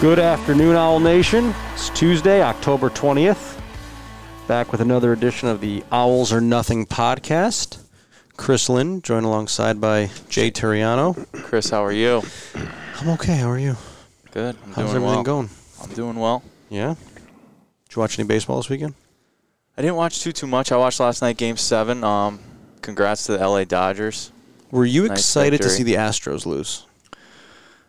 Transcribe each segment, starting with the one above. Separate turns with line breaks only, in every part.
Good afternoon, Owl Nation. It's Tuesday, October 20th. Back with another edition of the Owls Are Nothing podcast. Chris Lynn, joined alongside by Jay Turiano.
Chris, how are you?
I'm okay. How are you?
Good. I'm
How's
doing
everything
well.
going?
I'm doing well.
Yeah. Did you watch any baseball this weekend?
I didn't watch too too much. I watched last night Game Seven. Um, congrats to the LA Dodgers.
Were you
Nice
excited to
victory.
see the Astros lose?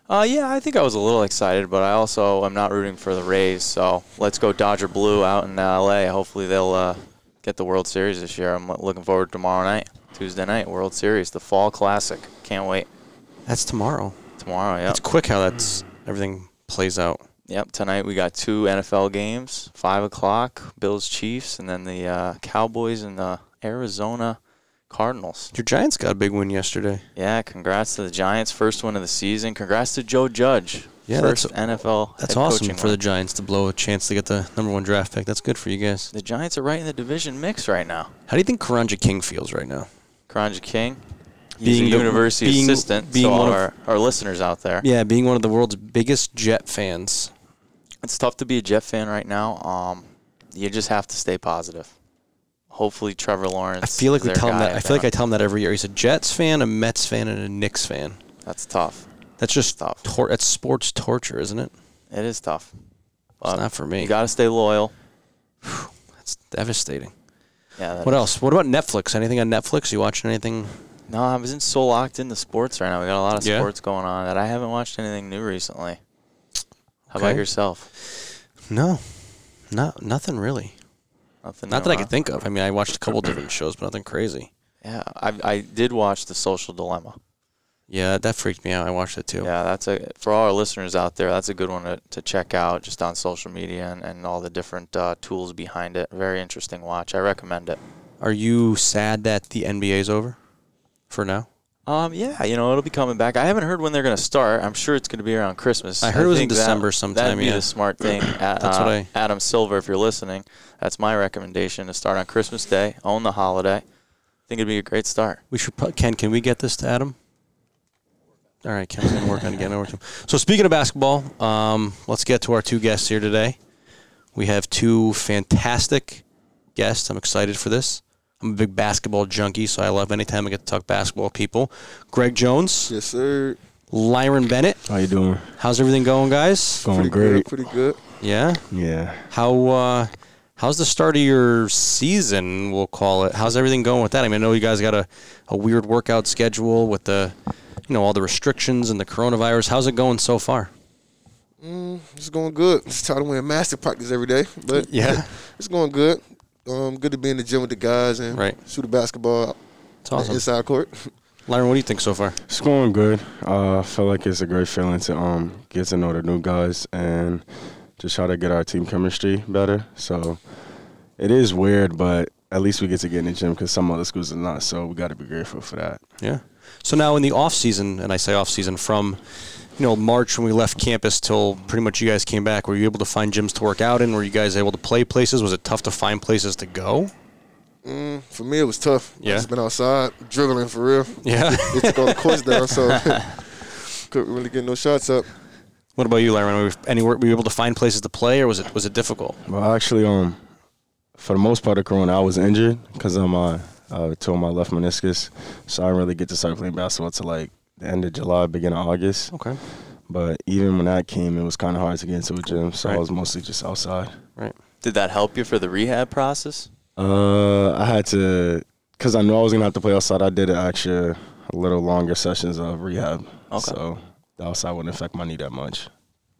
Uh, yeah, I think I was a little excited, but I also am not rooting for the Rays. So let's go Dodger Blue out in LA. Hopefully they'll uh, get the World Series this year. I'm looking forward to tomorrow night, Tuesday night World Series, the Fall Classic. Can't wait.
That's tomorrow.
Tomorrow, yep.
It's quick how that's everything plays out.
Yep, tonight we got two NFL games, five o'clock, Bills Chiefs, and then the uh, Cowboys and the Arizona Cardinals.
Your Giants got a big win yesterday.
Yeah, congrats to the Giants, first win of the season. Congrats to Joe Judge,
Yeah, that's-
first NFL.
That's
head
awesome
coaching
for the
win.
Giants to blow a chance to get the number one draft pick. That's good for you guys.
the Giants are right in the division mix right now.
How do you think Karanja King feels right now?
Karanja King, he's
Being
a
the-
university
being-
assistant.
being
so all
one of-
our, our listeners out there,
Yeah, being one of the world's biggest Jet fans.
it's tough to be a Jet fan right now. Um, you just have to stay positive. Hopefully, Trevor Lawrence.
I feel like
is
we
their
tell him
guy
that. I
at
feel like I tell him that every year. He's a Jets fan, a Mets fan, and a Knicks fan.
That's tough.
That's just
Tough.
tor- that's sports torture, isn't it?
It is tough.
It's not for me.
You gotta stay loyal.
That's devastating.
Yeah. that
What
is-
else? What about Netflix? Anything on Netflix? You watching anything?
No, I was in so locked into sports right now. We got a lot of
Yeah?
sports going on that I haven't watched anything new recently. How
Okay.
about yourself?
No, not nothing really.
Nothing.
Not
new,
that I
huh?
could think of. I mean, I watched a couple different shows, but nothing crazy.
Yeah, I I did watch The Social Dilemma.
Yeah, that freaked me out. I watched it too.
Yeah, that's a for all our listeners out there. That's a good one to, to check out just on social media and, and all the different uh, tools behind it. Very interesting watch. I recommend it.
Are you sad that the NBA's over for now?
Um, yeah, you know it'll be coming back. I haven't heard when they're gonna start. I'm sure it's gonna be around Christmas.
I heard it was in
think that-
December sometime,
That'd be
yeah.
the smart thing. A-
That's what
uh,
I-
Adam Silver, if you're listening, that's my recommendation to start on Christmas Day, own the holiday. I think it'd be a great start.
We should. Pro- Ken, can we get this to Adam? All right, Ken's gonna work on it, getting over to him. So speaking of basketball, um, let's get to our two guests here today. We have two fantastic guests. I'm excited for this. I'm a big basketball junkie, so I love anytime I get to talk basketball with people. Greg Jones,
Yes, sir.
Lyron Bennett.
How you doing?
How's everything going, guys?
Going
Pretty
great.
good. Pretty good.
Yeah.
Yeah.
How uh, how's the start of your season? We'll call it. How's everything going with that? I mean, I know you guys got a, a weird workout schedule with the, you know, all the restrictions and the coronavirus. How's it going so far?
It's going good. Just try to win master practice every day, but
Yeah.
it's going good. Um, good to be in the gym with the guys and
Right.
shoot a basketball out
It's awesome.
inside court.
Lyron, what do you think so far?
It's going good. Uh, I feel like it's a great feeling to um get to know the new guys and just try to get our team chemistry better. So it is weird, but at least we get to get in the gym because some other schools are not. So we got to be grateful for that.
Yeah. So now in the off season, and I say off season from, you know, March when we left campus till pretty much you guys came back. Were you able to find gyms to work out in? Were you guys able to play places? Was it tough to find places to go?
For me, it was tough.
Yeah.
I just been outside dribbling for real.
Yeah.
They took all the courts down, so couldn't really get no shots up.
what about you, Lyron? Were you, anywhere, were you able to find places to play, or was it was it difficult?
Well, actually, um, for the most part of Corona, I was injured because um, I uh, tore my left meniscus, so I didn't really get to start playing basketball till like the end of July, beginning of August.
Okay.
But even when that came, it was kind of hard to get into a gym, so
Right.
I was mostly just outside.
Right.
Did that help you for the rehab process?
Uh, I had to, cause I knew I was gonna have to play outside. I did an extra, a little longer sessions of rehab,
Okay.
so the outside wouldn't affect my knee that much.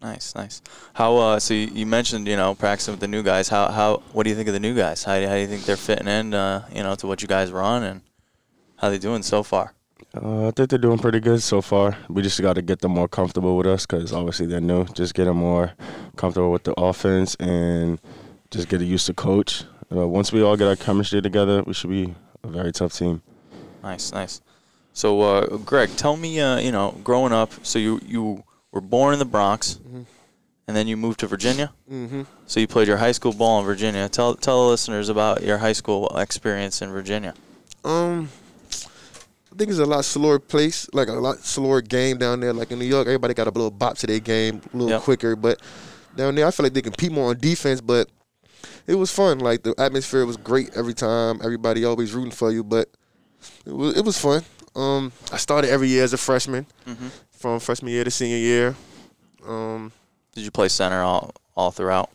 Nice, nice. How uh, so? You, you mentioned you know practicing with the new guys. How how what do you think of the new guys? How, do- how do you think they're fitting in? Uh, you know to what you guys run and how they doing so far?
Uh, I think they're doing pretty good so far. We just got to get them more comfortable with us, cause obviously they're new. Just get them more comfortable with the offense and just get used to coach. Uh, once we all get our chemistry together, we should be a very tough team.
Nice, nice. So, uh, Greg, tell me, uh, you know, growing up, so you you were born in the Bronx, and then you moved to Virginia.
Mm-hmm.
So you played your high school ball in Virginia. Tell tell the listeners about your high school experience in Virginia.
Um, I think it's a lot slower place, like a lot slower game down there. Like in New York, everybody got a little bop to their game, a little
Yep.
quicker. But down there, I feel like they compete more on defense. But it was fun. Like the atmosphere was great every time. Everybody always rooting for you. But it was it was fun. Um, I started every year as a freshman, from freshman year to senior year. Um,
Did you play center all all throughout?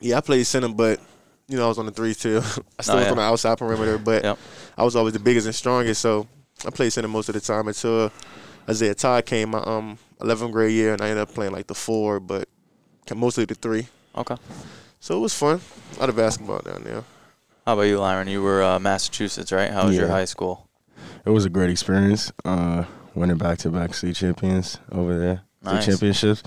yeah, I played center, but you know I was on the three too. I still
Oh,
was
yeah.
on the outside perimeter, but
Yep.
I was always the biggest and strongest. So I played center most of the time until Isaiah Todd came my um 11th grade year, and I ended up playing like the four, but mostly the three.
Okay.
So it was fun. A lot of basketball down there.
How about you, Lyron? You were uh, Massachusetts, right? How was your
Yeah.
high school?
It was a great experience. Uh, winning back to back state champions over there, state
Nice.
championships.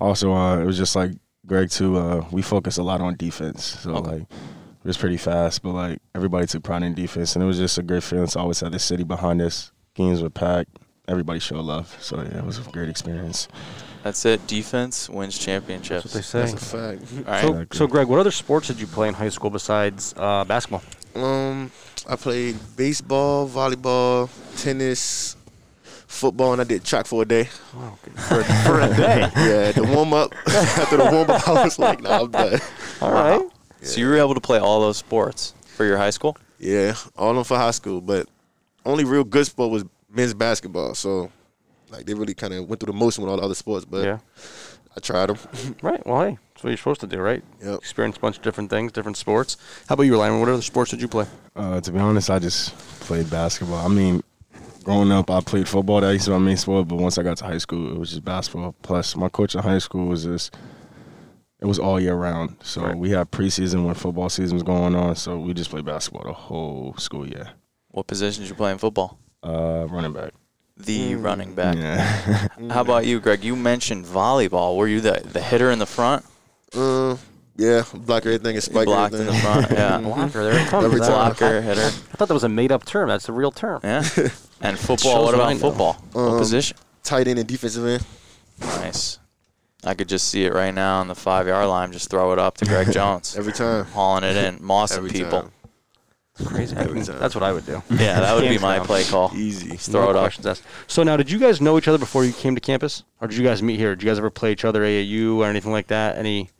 Also, uh, it was just like Greg too. Uh, we focus a lot on defense, so
Okay.
like it was pretty fast. But like everybody took pride in defense, and it was just a great feeling. So I always had the city behind us. Games were packed. Everybody showed love. So yeah, it was a great experience.
That's it. Defense wins championships.
That's what they
That's
say.
a fact.
all right.
So, so, Greg, what other sports did you play in high school besides uh, basketball?
Um, I played baseball, volleyball, tennis, football, and I did track for a day.
Oh, For, for a day.
Yeah, the warm up. After the warm up, I was like, nah, I'm done.
All right.
So you were able to play all those sports for your high school?
Yeah, all them for high school, but only real good sport was men's basketball. So, like, they really kind of went through the motion with all the other sports, but
Yeah.
I tried them.
Right. Well, hey, that's what you're supposed to do, right?
Yep.
Experience a bunch of different things, different sports. How about you, Lyman? What other sports did you play?
Uh, to be honest, I just played basketball. I mean, growing up, I played football. That used to be my main sport. But once I got to high school, it was just basketball. Plus, my coach in high school was just, it was all year round. So
Right.
we had preseason when football season was going on. So we just played basketball the whole school year.
What position did you play in football?
Uh, running back.
The running back.
Yeah.
How about you, Greg? You mentioned volleyball. Were you the, the hitter in the front?
Um, yeah, block everything and
You
spike
blocked in
everything.
the front. Yeah.
Blocker. There it comes.
Every
I-
time.
Blocker, hitter.
I thought that was a made-up term. That's the real term.
Yeah. And
Shows
football. What
what I
about
know.
football? What
Um,
position?
Tight end and defensive end.
Nice. I could just see it right now on the five yard line. Just throw it up to Greg Jones.
Every time.
Hauling it in. Mossing
Every
people.
time.
Crazy. I
Every
mean,
time.
That's what I would do.
Yeah, that would be
Hands
my
down.
play call.
Easy.
Just throw
no
it up.
questions asked. So now, did you guys know each other before you came to campus, or did you guys meet here? Did you guys ever play each other AAU or anything like that? Any?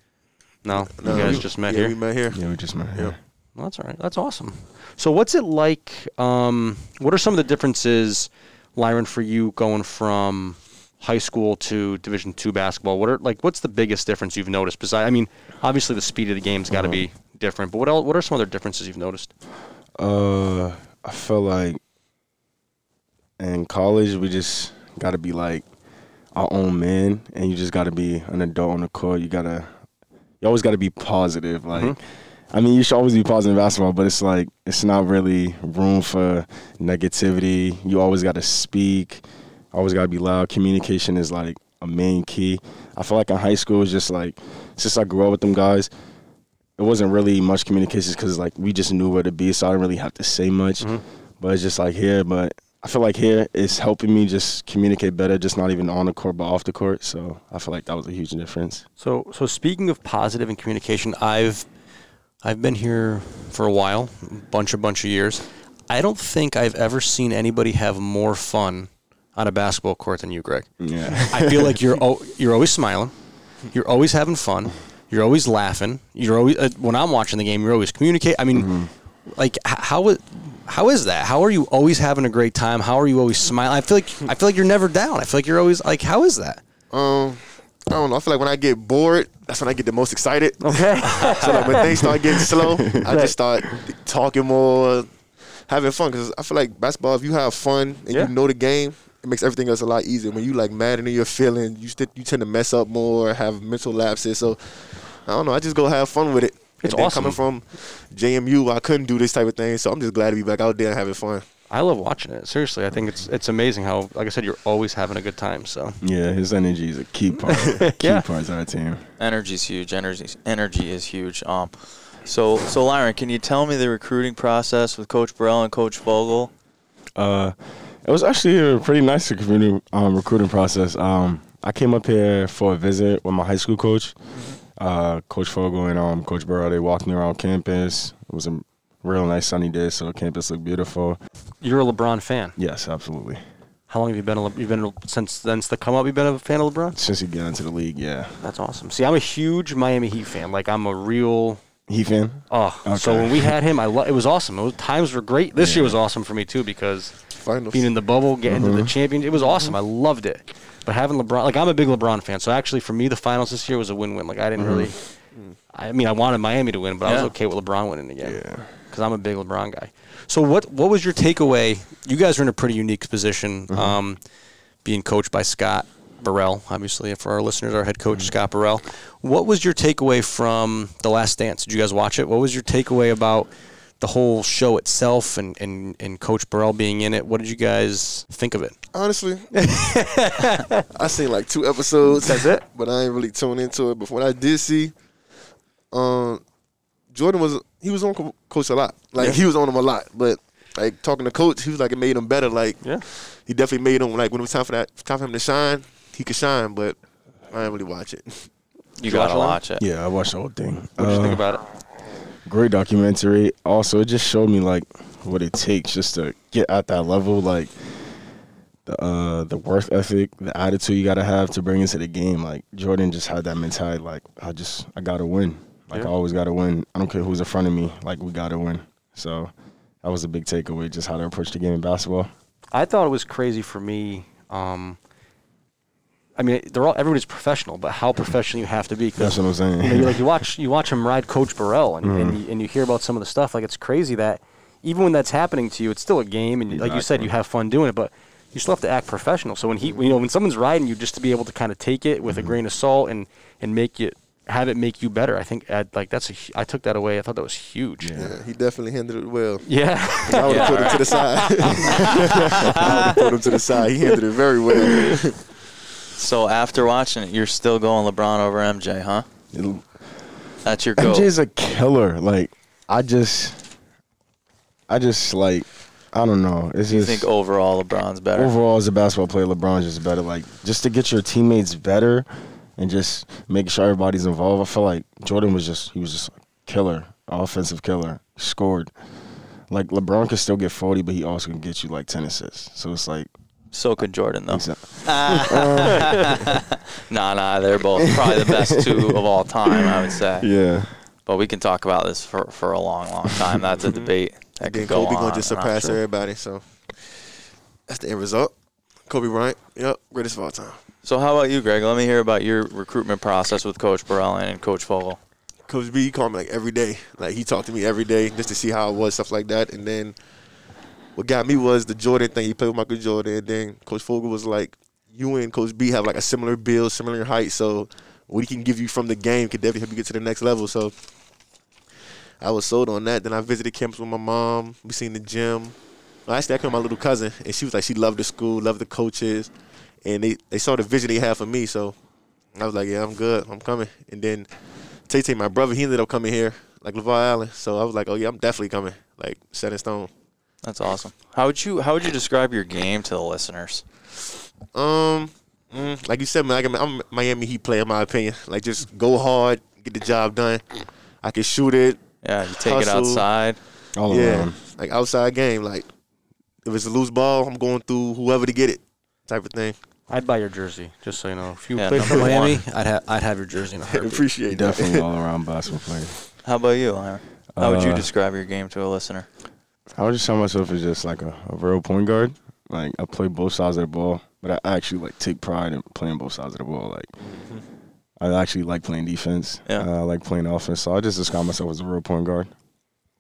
No,
No,
you guys
we-
just met
yeah,
here.
We met here.
yeah, we just met.
Yep.
Yeah.
Well, that's all right. That's awesome. So, what's it like? Um, what are some of the differences, Lyron, for you going from high school to Division two basketball? What are like? What's the biggest difference you've noticed? Besides, I mean, obviously the speed of the game's got to be different, but what else? What are some other differences you've noticed?
Uh, I feel like in college we just got to be like our own man, and you just got to be an adult on the court. You gotta, you always got to be positive. Like, I mean, you should always be positive in basketball, but it's like it's not really room for negativity. You always got to speak. Always got to be loud. Communication is like a main key. I feel like in high school it's just like since I grew up with them guys, it wasn't really much communication because like we just knew where to be, so I didn't really have to say much. But it's just like here, but I feel like here it's helping me just communicate better, just not even on the court but off the court. So I feel like that was a huge difference.
So, so speaking of positive and communication, I've I've been here for a while, bunch a bunch of years. I don't think I've ever seen anybody have more fun on a basketball court than you, Greg.
Yeah,
I feel like you're al- you're always smiling, you're always having fun, you're always laughing. You're always uh, when I'm watching the game, you're always communicating. I mean, like h- how i- how is that? How are you always having a great time? How are you always smiling? I feel like I feel like you're never down. I feel like you're always like how is that?
Um, I don't know. I feel like when I get bored, that's when I get the most excited.
Okay.
so like when things start getting slow, I just start talking more, having fun. Because I feel like basketball, if you have fun and
Yeah.
you know the game, it makes everything else a lot easier. When you like mad into your feelings, you st- you tend to mess up more, have mental lapses. So I don't know. I just go have fun with it.
It's
and then
awesome.
Coming from JMU, I couldn't do this type of thing, so I'm just glad to be back out there and having fun.
I love watching it. Seriously, I think it's it's amazing how, like I said, you're always having a good time. So
yeah, his energy is a key part. key
Yeah.
parts of our team.
Energy's huge. Energy energy is huge. Um, so so Lyron, can you tell me the recruiting process with Coach Burrell and Coach Vogel?
Uh, it was actually a pretty nice recruiting um, recruiting process. Um, I came up here for a visit with my high school coach, uh, Coach Fogel and um, Coach Burrow. They walked me around campus. It was a real nice sunny day, so the campus looked beautiful.
You're a LeBron fan.
Yes, absolutely.
How long have you been? A, Le- you've been a- since since the come up. You've been a fan of LeBron.
Since he got into the league, yeah.
That's awesome. See, I'm a huge Miami Heat fan. Like I'm a real.
He fan?
Oh, so
Okay.
when we had him, I lo- it was awesome. It was, times were great. This year was awesome for me too because
Finals.
being in the bubble, getting to the champion, it was awesome. I loved it. But having LeBron, like I'm a big LeBron fan, so actually for me, the finals this year was a win-win. Like I didn't really, I mean, I wanted Miami to win, but I was
Yeah.
okay with LeBron winning again
Yeah.
because I'm a big LeBron guy. So what what was your takeaway? You guys are in a pretty unique position,
Mm-hmm.
um, being coached by Scott Burrell, obviously for our listeners, our head coach
Mm-hmm.
Scott Burrell. What was your takeaway from The Last Dance? Did you guys watch it? What was your takeaway about the whole show itself and and, and Coach Burrell being in it? What did you guys think of it?
Honestly, I seen like two episodes. That's it. But I ain't really tuned into it. But from what I did see, um, Jordan was he was on Co- Coach a lot. Like he was on him a lot. But like talking to Coach, he was like it made him better. Like
Yeah.
he definitely made him like when it was time for that time for him to shine, he could shine. But I didn't really watch it.
You gotta
watch
watch it.
Yeah, I watched the whole thing.
What did you think
Uh,
about it?
great documentary. Also, it just showed me like what it takes just to get at that level, like the uh, the work ethic, the attitude you gotta have to bring into the game. Like Jordan just had that mentality, like I just I gotta win. Like I always gotta win. I don't care who's in front of me. Like we gotta win. So that was a big takeaway, just how to approach the game in basketball.
I thought it was crazy for me. Um, I mean, they're all everybody's professional, but how professional you have to be. 'cause
That's what I'm saying. Mm.
you know, you like you watch you watch him ride Coach Burrell, and, and, you, and you hear about some of the stuff. Like it's crazy that even when that's happening to you, it's still a game, and like you said, you have fun doing it, but you still have to act professional. So when he, you know, when someone's riding you, just to be able to kind of take it
Mm-hmm.
with a grain of salt and and make it have it make you better. I think i like that's a, hu- I took that away. I thought that was huge. Yeah.
Yeah, he definitely handled it well.
yeah.
I would have put him to the side. I would have put him to the side. He handled it very well.
So after watching it, you're still going LeBron over MJ, huh?
It-
That's your goal.
MJ is a killer. Like I just, I just like I don't know. It's
you
just
think overall LeBron's better?
overall as a basketball player, LeBron's just better. Like just to get your teammates better and just make sure everybody's involved. I feel like Jordan was just he was just a killer, offensive killer, scored. Like LeBron can still get forty, but he also can get you like ten assists. So it's like
So could Jordan though.
he's not-
Nah, nah, they're both probably the best two of all time, I would say.
yeah.
But we can talk about this for, for a long, long time. That's a debate that
Again,
could go
Kobe
on.
gonna just
and on.
surpass everybody. So that's the end result. Kobe Bryant, yep, greatest of all time.
So how about you, Greg? Let me hear about your recruitment process with Coach Burrell and Coach Vogel.
Coach B, he called me like every day. Like he talked to me every day just to see how I was, stuff like that. And then what got me was the Jordan thing. He played with Michael Jordan. And then Coach Fogel was like, "You and Coach B have like a similar build, similar height. So what he can give you from the game could definitely help you get to the next level." So I was sold on that. Then I visited campus with my mom. We seen the gym. Well, actually, I came with my little cousin, and she was like, she loved the school, loved the coaches, and they, they saw the vision they had for me. So I was like, yeah, I'm good, I'm coming. And then Tay Tay, my brother, he ended up coming here, like LeVar Allen. So I was like, oh yeah, I'm definitely coming, like set in stone.
That's awesome. How would you how would you describe your game to the listeners?
Um, mm, like you said, man, like I'm, I'm a Miami Heat player, in my opinion. Like just go hard, get the job done. I can shoot it,
Yeah, you take it
Hustle.
outside.
All
yeah,
around.
like outside game. Like if it's a loose ball, I'm going through whoever to get it, type of thing.
I'd buy your jersey, just so you know. If you
Yeah,
played for
number one.
Miami, I'd have I'd have your jersey in a heartbeat.
Appreciate that.
Definitely all around basketball player.
How about you, Aaron? How would you
Uh,
describe your game to a listener?
I would just tell myself as just like a, a real point guard. Like I play both sides of the ball, but I actually like take pride in playing both sides of the ball. Like I actually like playing defense.
Yeah.
Uh, I like playing offense. So I just describe myself as a real point guard.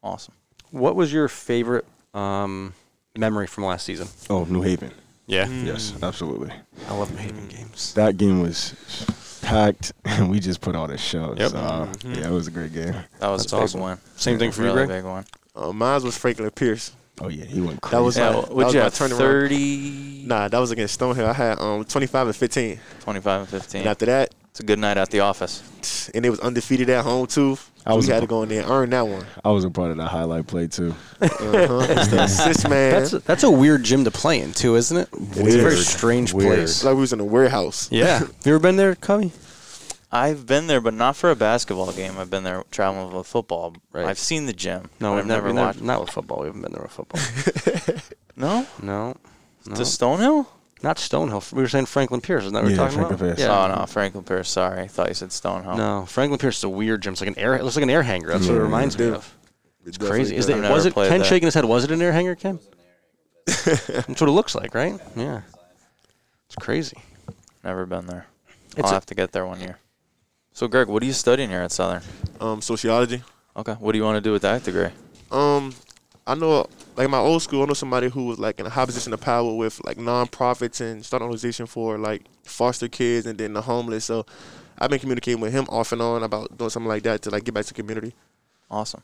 Awesome.
What was your favorite um, memory from last season?
Oh, New Haven.
Yeah,
Yes, absolutely.
Hmm. I love New Haven games.
That game was packed, and we just put on a show.
Yep.
So uh, yeah, it was a great game.
That was
That's
a big
awesome.
one.
Same thing for you,
really
Greg?
big one.
Uh, mine was Franklin Pierce.
Oh yeah, he went crazy.
That was
Yeah,
my-
what
that
oh,
would
was
you
my
have?
turnaround.
30,
Nah, that was against Stonehill. I had um 25 and 15,
25, and 15.
and after that,
It's a good night at the office.
and it was undefeated at home too.
I was-
we had to go in there and earn that one.
I was a part of that highlight play too.
Uh-huh. It's the assist man.
That's a, that's a weird gym to play in too, isn't it? It's a very
Weird.
strange
Weird.
place.
It's like we was in a warehouse.
Yeah, you ever been there, Cubby?
I've been there, but not for a basketball game. I've been there traveling with football.
Right.
I've seen the gym.
No,
but
we've
I've
never,
never,
never
watched.
not with football. We haven't been there with football.
No,
no, no.
to Stonehill.
not Stonehill. We were saying Franklin Pierce. Isn't that what
Yeah,
we're talking
Franklin
about?
Pierce.
Yeah.
Oh no, Franklin Pierce. Sorry, I thought you said Stonehill.
Oh, No, Franklin Pierce is a weird gym. It's like an air. It looks like an air hanger. That's what it
Yeah,
reminds me
dude.
of.
It's
Crazy. Is
I've
it?
never
Was it?
played
Ken
that.
shaking his head. Was it an air hanger, Ken? That's what it looks like, right? Yeah. It's crazy.
never been there.
It's
I'll
a-
have to get there one year. So, Greg, what are you studying here at Southern?
Um, sociology.
Okay, what do you want to do with that degree?
Um, I know, like my old school, I know somebody who was like in a high position of power with like nonprofits and starting an organization for like foster kids and then the homeless. So I've been communicating with him off and on about doing something like that to like get back to the community.
Awesome.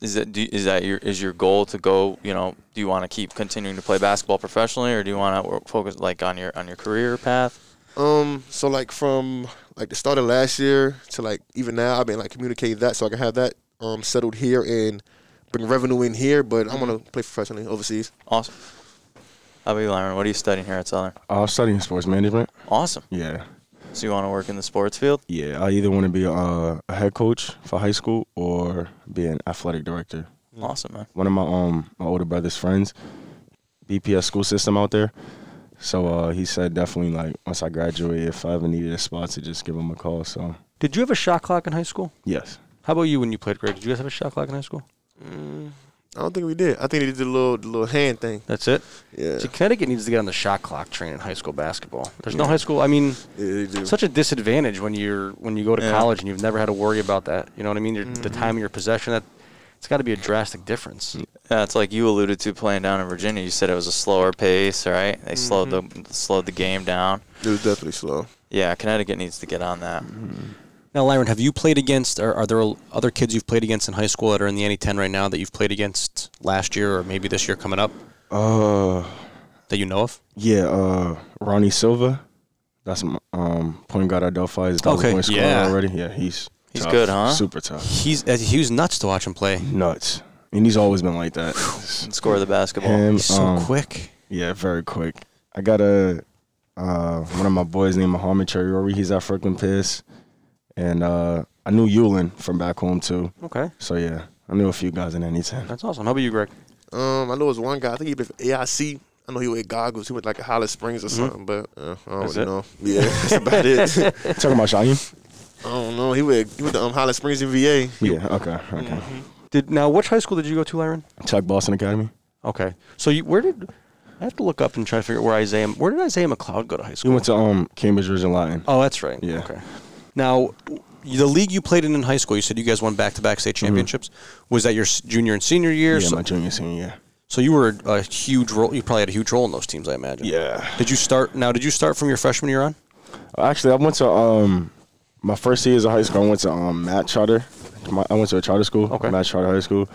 Is that do, is that your is your goal to go? You know, do you want to keep continuing to play basketball professionally, or do you want to focus like on your on your career path?
Um, so like from like the start of last year to like even now, I've been like communicating that so I can have that um settled here and bring revenue in here. But I want to play professionally overseas.
Awesome. How about you, Lyron? What are you studying here at Southern?
I was studying sports management.
Awesome.
Yeah.
So you want to work in the sports field?
Yeah, I either want to be uh, a head coach for high school or be an athletic director.
Awesome, man.
One of my um my older brother's friends, BPS school system out there. So uh, he said definitely like once I graduate, if I ever needed a spot, to just give him a call. So
Did you have a shot clock in high school?
yes,
How about you when you played, Greg? Did you guys have a shot clock in high school?
Mm, I don't think we did. I think they did the little the little hand thing.
That's it.
Yeah,
See, Connecticut needs to get on the shot clock train in high school basketball. There's no high school. I mean,
yeah they do.
such a disadvantage when you're when you go to
Yeah. Mm-hmm.
college and you've never had to worry about that. You know what I mean? Your, The time of your possession. That it's got to be a drastic difference.
Yeah, it's like you alluded to playing down in Virginia. You said it was a slower pace, right? They slowed
Mm-hmm.
the slowed the game down.
It was definitely slow.
Yeah, Connecticut needs to get on that.
Mm-hmm. Now, Lyron, have you played against, or are there other kids you've played against in high school that are in the NE10 right now that you've played against last year or maybe this year coming up
uh,
that you know of?
yeah, uh, Ronnie Silva, that's my, um point guard at Delphi. Is
Okay,
point scorer
yeah.
already. Yeah, he's
He's
tough,
good, huh?
Super tough,
He's uh, he was nuts to watch him play.
nuts, and he's always been like that.
And score the basketball.
Him,
He's so
um,
quick.
Yeah, very quick. I got a uh, one of my boys named Muhammad Chariori. He's at Franklin Pierce, and uh, I knew Yulin from back home too.
Okay,
So yeah, I knew a few guys in any time.
that's awesome. How about you, Greg?
Um, I know it was one guy. I think he was AIC. I know he wear goggles. He went like a Hollis Springs or something, but uh, I
Mm-hmm.
don't
That's
really
it?
know. Yeah, that's about it. I
Talking about Shaheem?
don't know. He went he went to um, Hollis Springs in VA.
Yeah. Okay. Okay.
Mm-hmm. Did now which high school did you go to, Lyron?
Chuck Boston Academy.
Okay, so you, where did I have to look up and try to figure out where Isaiah? Where did Isaiah McLeod go to high
He
school?
went to um Cambridge Ridge and Latin.
oh, that's right.
Yeah.
Okay. Now, you- the league you played in in high school, you said you guys won back-to-back state championships. Was that your s- junior and senior year?
Mm-hmm. yeah,
so,
my junior senior year.
so you were a, a huge role. You probably had a huge role in those teams, I imagine.
Yeah.
Did you start now? Did you start from your freshman year on?
Actually, I went to um my first years of high school. I went to um Matt Charter. My, I went to a charter school.
Okay.
Matt Charter High School.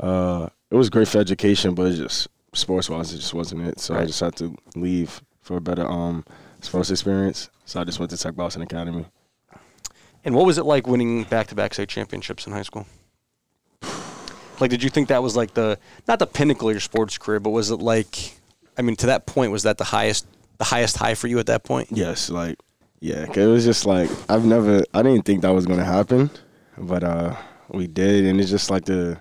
Uh, it was great for education, but it just sports wise, it just wasn't it. So I
Right.
just had to leave for a better um sports experience. So I just went to Tech Boston Academy.
And what was it like winning back-to-back state championships in high school? Like, did you think that was like the not the pinnacle of your sports career, but was it like, I mean, to that point, was that the highest the highest high for you at that point?
Yes, like yeah, 'cause it was just like I've never, I didn't think that was gonna happen, but uh we did, and it's just like the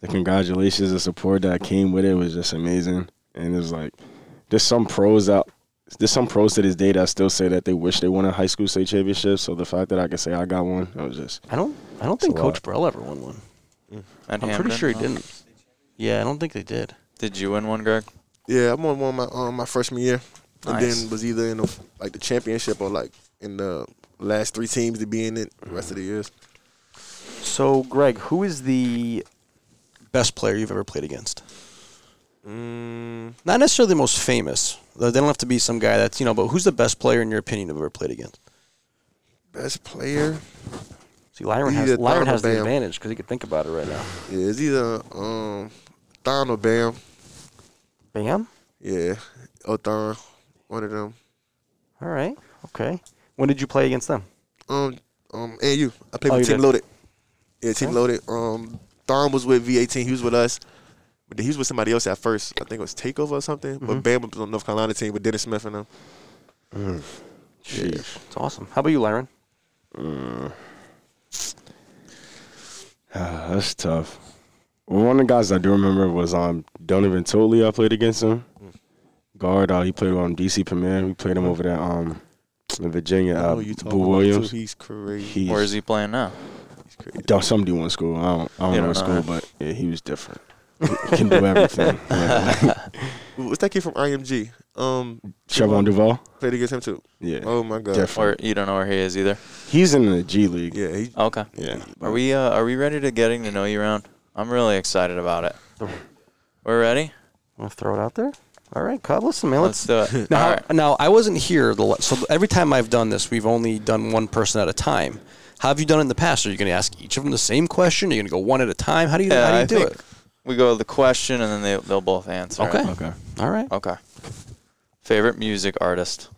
the congratulations, the support that came with it was just amazing, and it's like there's some pros that there's some pros to this day that still say that they wish they won a high school state championship. So the fact that I could say I got one, it was just
I don't I don't think
a
Coach
lot.
Burrell ever won one.
At
I'm
Hampton,
pretty sure he
huh?
didn't. Yeah, I don't think they did.
Did you win one, Greg?
Yeah, I'm on one of my um, my freshman year, and
Nice.
then was either in the, like the championship or like in the last three teams to be in it the rest of the years.
So, Greg, who is the best player you've ever played against? Not necessarily the most famous. They don't have to be some guy that's you know, but who's the best player in your opinion you've ever played against?
Best player.
See, Lyron
He's
has
a
Lyron has the
Thunderbam.
advantage because he could think about it right now.
Yeah, it's either um Thon or Bam.
Bam.
Yeah, or Thon, one of them.
All right. Okay. When did you play against them?
Um, um, and you. I played
Oh,
with
you
Team
did.
Loaded. Yeah, Team Loaded. Um, Thon was with V18. He was with us, but then he was with somebody else at first. I think it was Takeover or something. But Bam was on North Carolina team with Dennis Smith and them.
Jeez. It's awesome. How about you, Lyron?
Ah, that's tough. Well, one of the guys I do remember was um Donovan Totley. I played against him. Guard, uh, he played on DC Premier. We played him over there um in Virginia. Uh,
Oh, you
Boo
talking about
Williams.
too. He's crazy.
He's
Where is he playing now?
He's crazy.
Dog, some D1 school. I don't, I don't
Yeah,
know what
no,
school,
no.
but yeah, he was different. He can do everything. Like,
What's that kid from IMG? Um,
Chevron Duval.
played against him too.
Yeah,
Oh my god.
Or
different.
you don't know where he is either?
He's in the G League.
Yeah, he,
Okay.
Yeah.
Are we uh, are we ready to getting to know you round? I'm really excited about it. We're ready.
I'll throw it out there. All right, Cobb. Listen, man.
Let's
Let's.
do it.
now,
All right.
Uh, now, I wasn't here. The la- so every time I've done this, we've only done one person at a time. How have you done it in the past? Are you going to ask each of them the same question? Are you going to go one at a time? How do you
Yeah,
How do you
I
do
think
it?
we go to the question and then they they'll both answer. it.
Okay.
Okay.
All right.
Okay. Favorite music artist?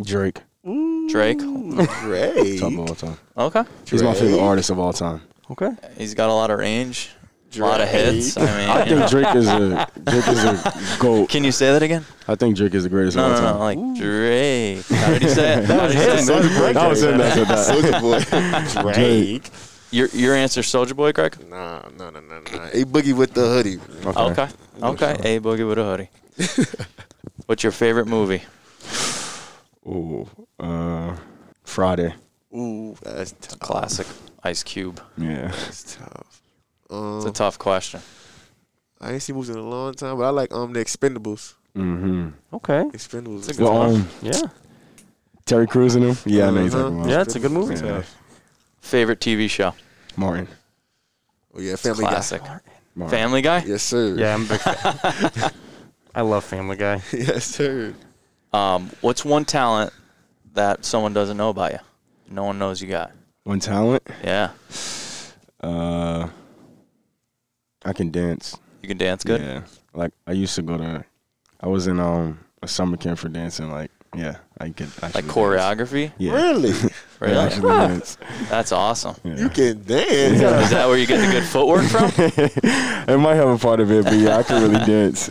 Drake.
Drake.
Mm.
Drake.
Top of all time.
Okay.
He's my favorite
Drake?
artist of all time.
Okay.
He's got a lot of range. A lot of hits. I mean,
I
you know.
think Drake is a Drake is a goat.
Can you say that again?
I think Drake is the greatest
No,
of all
no,
time.
no. Like Drake. How did he say it? How did he say it?
That was him. That was him that said that.
Soulja Boy.
Drake.
Your your answer, Soldier Boy, Greg.
Nah, nah, nah, nah, nah. A boogie with the hoodie.
Okay. Okay. A boogie with a hoodie. What's your favorite movie?
Ooh. Uh, Friday.
Ooh, that's tough.
Classic. Ice Cube.
Yeah.
That's tough.
It's a
Um,
tough question.
I ain't seen movies in a long time, but I like um the Expendables.
Mm-hmm.
Okay.
Expendables.
It's a
is
good-
Well, um,
Yeah.
Terry Crews in him. Mm-hmm. Yeah, I know you're
Uh-huh.
talking about.
Yeah, it's a good movie.
Yeah.
Favorite TV show?
Martin.
Oh yeah, Family
Classic.
Martin.
Family Guy.
Guy. Yes sir.
I'm a big fan. I love Family Guy.
yes sir.
Um, what's one talent that someone doesn't know about you? No one knows you got.
One talent.
Yeah.
Uh, I can dance.
You can dance good.
Yeah. Like I used to go to. I was in um a summer camp for dancing. Like yeah, I could. Actually
Like
Dance.
choreography.
Yeah.
Really?
I
Really?
actually dance.
That's awesome.
Yeah.
you can dance.
Is that where you get the good footwork from?
it might have a part of it, but yeah, I can really dance.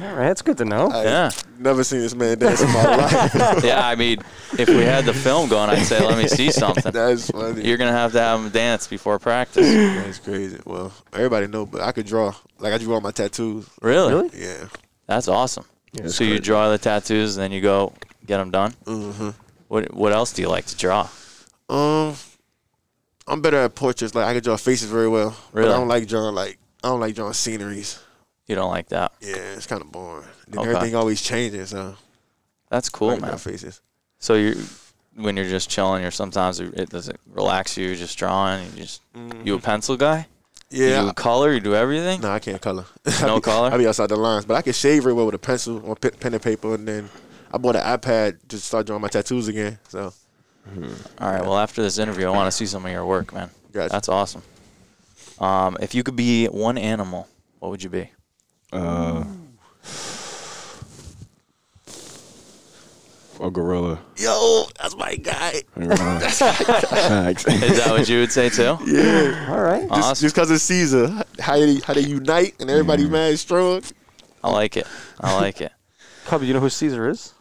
All right, that's good to know.
I
Yeah.
never seen this man dance in my life.
Yeah, I mean, if we had the film going, I'd say, let me see something.
That's funny.
You're going to have to have him dance before practice.
That's crazy. Well, everybody know, but I could draw. Like I drew all my tattoos.
Really?
Really?
Yeah.
That's awesome.
that's
so you
crazy.
draw the tattoos and then you go get them done?
Mm-hmm.
What What else do you like to draw?
Um, I'm better at portraits. Like I can draw faces very well. But
Really?
I don't like drawing like I don't like drawing sceneries.
You don't like that.
Yeah, it's kind of boring. Then
Okay.
everything always changes. So
That's
I
cool,
can
man.
draw faces.
So you when you're just chilling, or sometimes it it doesn't relax you. You're just drawing. You just you a pencil guy.
Mm-hmm. Yeah.
You do color. You do everything.
no, I can't color.
No
I be,
color?
I be outside the lines, but I can shave very well with a pencil or pe- pen and paper. And then I bought an iPad to start drawing my tattoos again. So
All right. Well, after this interview, I want to see some of your work, man.
Gotcha.
That's awesome. Um, if you could be one animal, what would you be?
Uh, a gorilla.
yo, that's my guy.
Facts.
Is that what you would say too?
All right.
Just
Awesome.
because it's Caesar, how they how they unite and everybody mad strong.
I like it. I like it.
Cub, you know who Caesar is?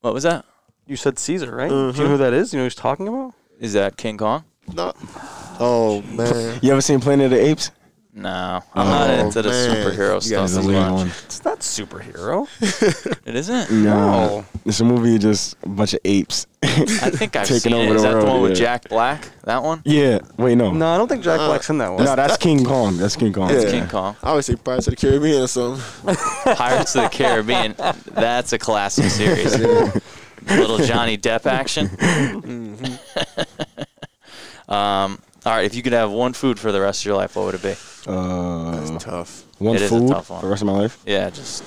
What was that?
You said Caesar, right? Do you know who that is? You know who he's talking about?
Is that King Kong?
No. Oh man.
you ever seen Planet of the Apes?
No, I'm not
Oh,
into the
man.
superhero
You guys
stuff as much.
It's not superhero.
It isn't. Oh.
No. It's a movie just a bunch of apes.
I think I've seen
Taking over
it.
the
Is that the
world,
one with
yeah.
Jack Black? That one?
yeah. Wait, no.
No, I don't think Jack Black's in that one.
no, that's King Kong. That's King Kong.
That's
King Kong.
I would say Pirates of the Caribbean or something.
Pirates of the Caribbean. That's a classic series. Little Johnny Depp action. um, all right, if you could have one food for the rest of your life, what would it be?
Uh,
Tough.
one
It is a
food
tough one.
for the rest of my life.
Yeah, just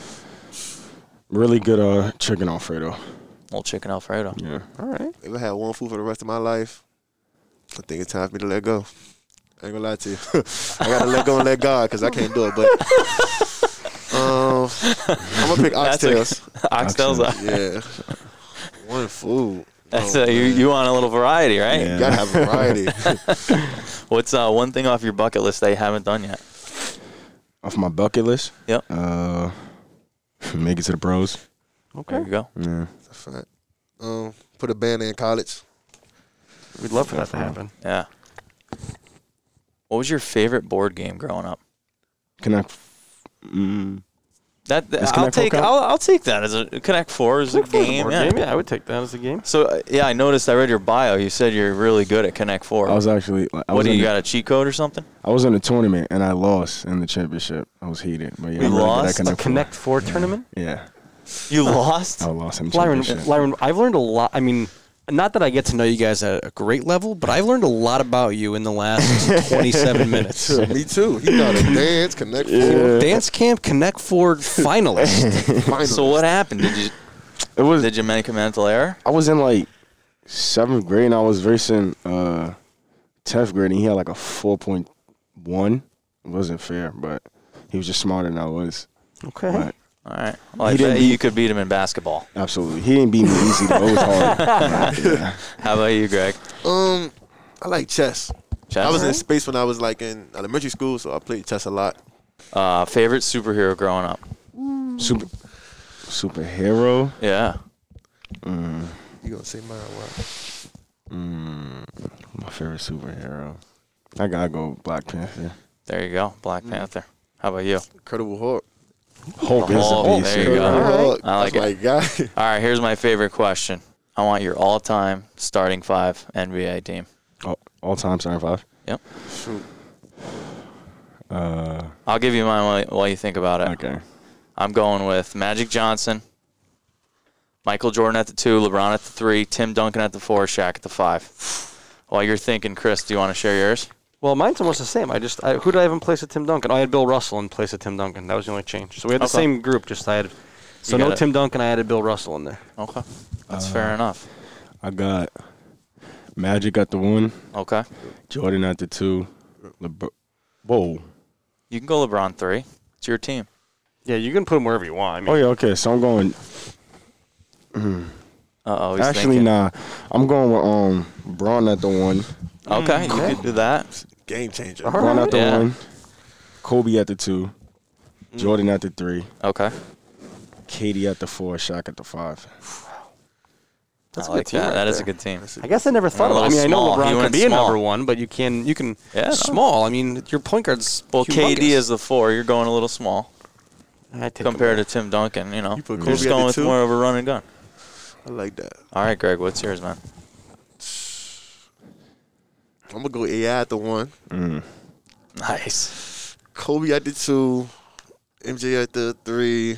Really good uh, chicken Alfredo.
old chicken Alfredo.
Yeah.
All right.
If I had one food for the rest of my life, I think it's time for me to let go. I ain't gonna lie to you. I gotta let go and let God because I can't do it. But um, I'm gonna pick
That's a-
oxtails.
Oxtails. uh,
Oxtails.
yeah, one food.
That's
Oh,
a, you,
man.
you want a little variety, right?
Yeah.
gotta have variety.
What's uh, one thing off your bucket list that you haven't done yet?
Off my bucket list.
Yep.
Uh, make it to the pros.
There you go.
Yeah.
That's right. um, put a band in college.
We'd love for that to
Yeah.
happen.
Yeah. What was your favorite board game growing up?
Can I? Mm,
That
Is
I'll
Connect Four
take.
count?
I'll, I'll take that as a Connect Four is a game. Yeah.
yeah, I would take that as a game.
So uh, yeah, I noticed. I read your bio. You said you're really good at Connect Four.
I was actually. I
what
was
do
in
you
the-
got a cheat code or something?
I was in a tournament and I lost in the championship. I was heated, but yeah,
We
I'm really good at
lost?
A
Connect Four.
Connect Four tournament.
Yeah,
You lost.
I lost in the
Lyron,
championship.
Lyron, I've learned a lot. I mean, not that I get to know you guys at a great level, but I've learned a lot about you in the last 27 minutes.
Me too. He got a dance, connect four,
Dance Camp Connect Four finalist.
finals.
So what happened? Did you
it was.
did you make a mental error?
I was in like seventh grade and I was versing uh tenth grade and he had like a four point one. It wasn't fair, but he was just smarter than I was.
okay.
But
All right. Well, I
He didn't
bet you
beat-
could beat him in basketball.
absolutely, he didn't beat me easy. Though. It was hard. yeah.
How about you, Greg?
Um, I like chess.
Chess?
I was in space when I was like in elementary school, so I played chess a lot.
Uh, favorite superhero growing up?
Super superhero.
Yeah.
You gonna say mine? Why?
Mm, my favorite superhero. I gotta go Black Panther.
There you go.
Mm-hmm.
Black Panther. How about you?
Incredible Hulk.
Hulk is a
Hulk,
beast.
there you go.
yeah.
Incredible
All right.
Hulk.
I like
was like, God.
All right. Here's my favorite question. I want your all-time starting five NBA team.
All, Oh, all time starting five.
Yep.
Shoot.
Uh,
I'll give you mine while, while you think about it.
okay.
I'm going with Magic Johnson, Michael Jordan at the two, LeBron at the three, Tim Duncan at the four, Shaq at the five. While you're thinking, Chris, do you want to share yours?
Well, mine's almost the same. I just I, who did I have in place of Tim Duncan? Oh, I had Bill Russell in place of Tim Duncan. That was the only change. So we had the
Okay.
same group. Just I had so
You got
no
it.
Tim Duncan. I added Bill Russell in there.
Okay. That's fair
Uh.
enough.
I got Magic at the one,
Okay.
Jordan at the two, LeBron. Whoa.
You can go LeBron three. It's your team.
Yeah, you can put him wherever you want. I mean,
Oh yeah. Okay. So I'm going.
Uh oh.
Actually,
thinking.
nah. I'm going with um Braun at the one,
Okay. You
Mm-hmm.
could do that.
Game changer.
Braun at the
Yeah. Mm.
one, Kobe at the two, Jordan at the three,
Okay.
Katie at the four, Shaq at the five.
I like that. That is a good team.
I guess I never thought of. it. I
little
mean,
small.
I know LeBron
He
could
went
be a number
small.
one, but you can you can
Yeah, no.
small. I mean, your point guard's
Well, KD
humongous.
is the four. You're going a little small
I take him.
compared to Tim Duncan. You know,
You put
are
Kobe
just
at
going
the
with
two?
more of a run and gun.
I like that.
All right, Greg. What's yours, man?
I'm gonna go AI at the one,
Mm,
Nice.
Kobe at the two, MJ at the three.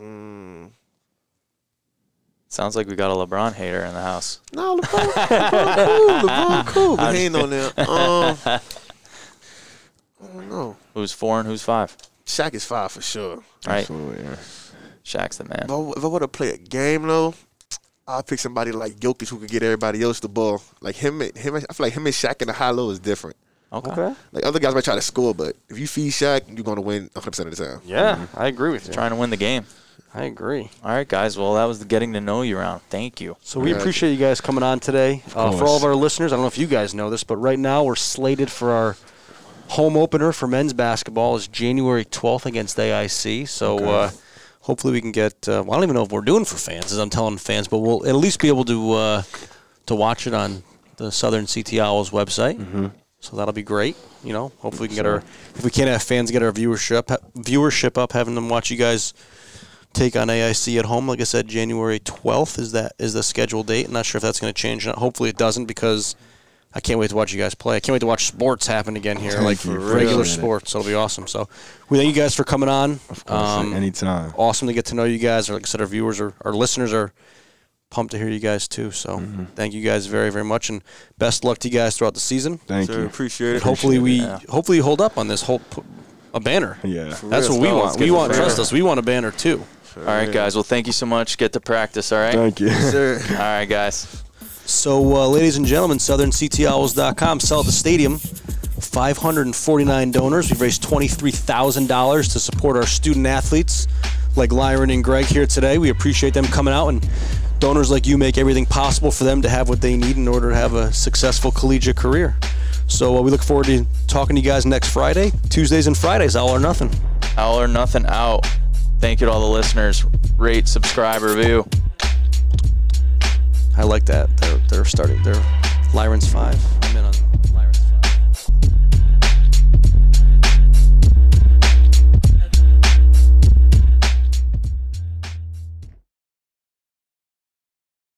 Mm.
Sounds like we got a LeBron hater in the house.
No, LeBron, LeBron cool. LeBron cool. But he ain't on there. Um, I don't know.
Who's four and who's five?
Shaq is five for sure.
Right.
Absolutely. Yeah.
Shaq's the man.
If I, if I were to play a game though, I'll pick somebody like Jokic who could get everybody else the ball. Like him, and, him. and- I feel like him and Shaq in the high low is different.
Okay.
Okay.
Like other guys might try to score, but if you feed Shaq, you're gonna win 100 percent of the time.
Yeah, I agree with you.
Trying to win the game.
I agree.
All right, guys. Well, that was the getting to know you round. Thank you.
So we
Yeah.
appreciate you guys coming on today. Uh, for
course.
all of our listeners, I don't know if you guys know this, but right now we're slated for our home opener for men's basketball is January 12th against AIC. So uh, hopefully we can get. Uh, well, I don't even know if we're doing for fans, as I'm telling fans, but we'll at least be able to uh, to watch it on the Southern CT Owls website. So that'll be great. You know, hopefully we can get our if we can't have fans get our viewership viewership up, having them watch you guys take on AIC at home. Like I said, January 12th is that is the scheduled date. I'm not sure if that's going to change. or not. Hopefully it doesn't because I can't wait to watch you guys play. I can't wait to watch sports happen again here,
Thank
like
you.
regular
Appreciate it.
sports. It'll be awesome. So we thank you guys for coming on. Um,
Of course. at
Um,
any time.
Awesome to get to know you guys. Like I said, our viewers are our listeners are pumped to hear you guys too. So
Mm-hmm.
thank you guys very very much and best luck to you guys throughout the season.
Thank
Sir,
you.
appreciate it.
And hopefully we
Yeah.
hopefully you hold up on this whole p- a banner.
Yeah.
That's
real.
what we
No, let's
want.
get
We
the
want
banner.
trust us. We want a banner too.
All right, guys. Well, thank you so much. Get to practice. All right.
Thank you.
Sir.
All right, guys.
So, uh, ladies and gentlemen, SouthernCTOwls.com. Sell at the stadium. 549 donors. We've raised $23,000 to support our student athletes like Lyron and Greg here today. We appreciate them coming out, and donors like you make everything possible for them to have what they need in order to have a successful collegiate career. So, uh, we look forward to talking to you guys next Friday. Tuesdays and Fridays, all or nothing.
All or nothing out. Thank you to all the listeners. Rate, subscribe, review.
I like that. They're they're starting. They're Lyron's five. I'm in on Lyron.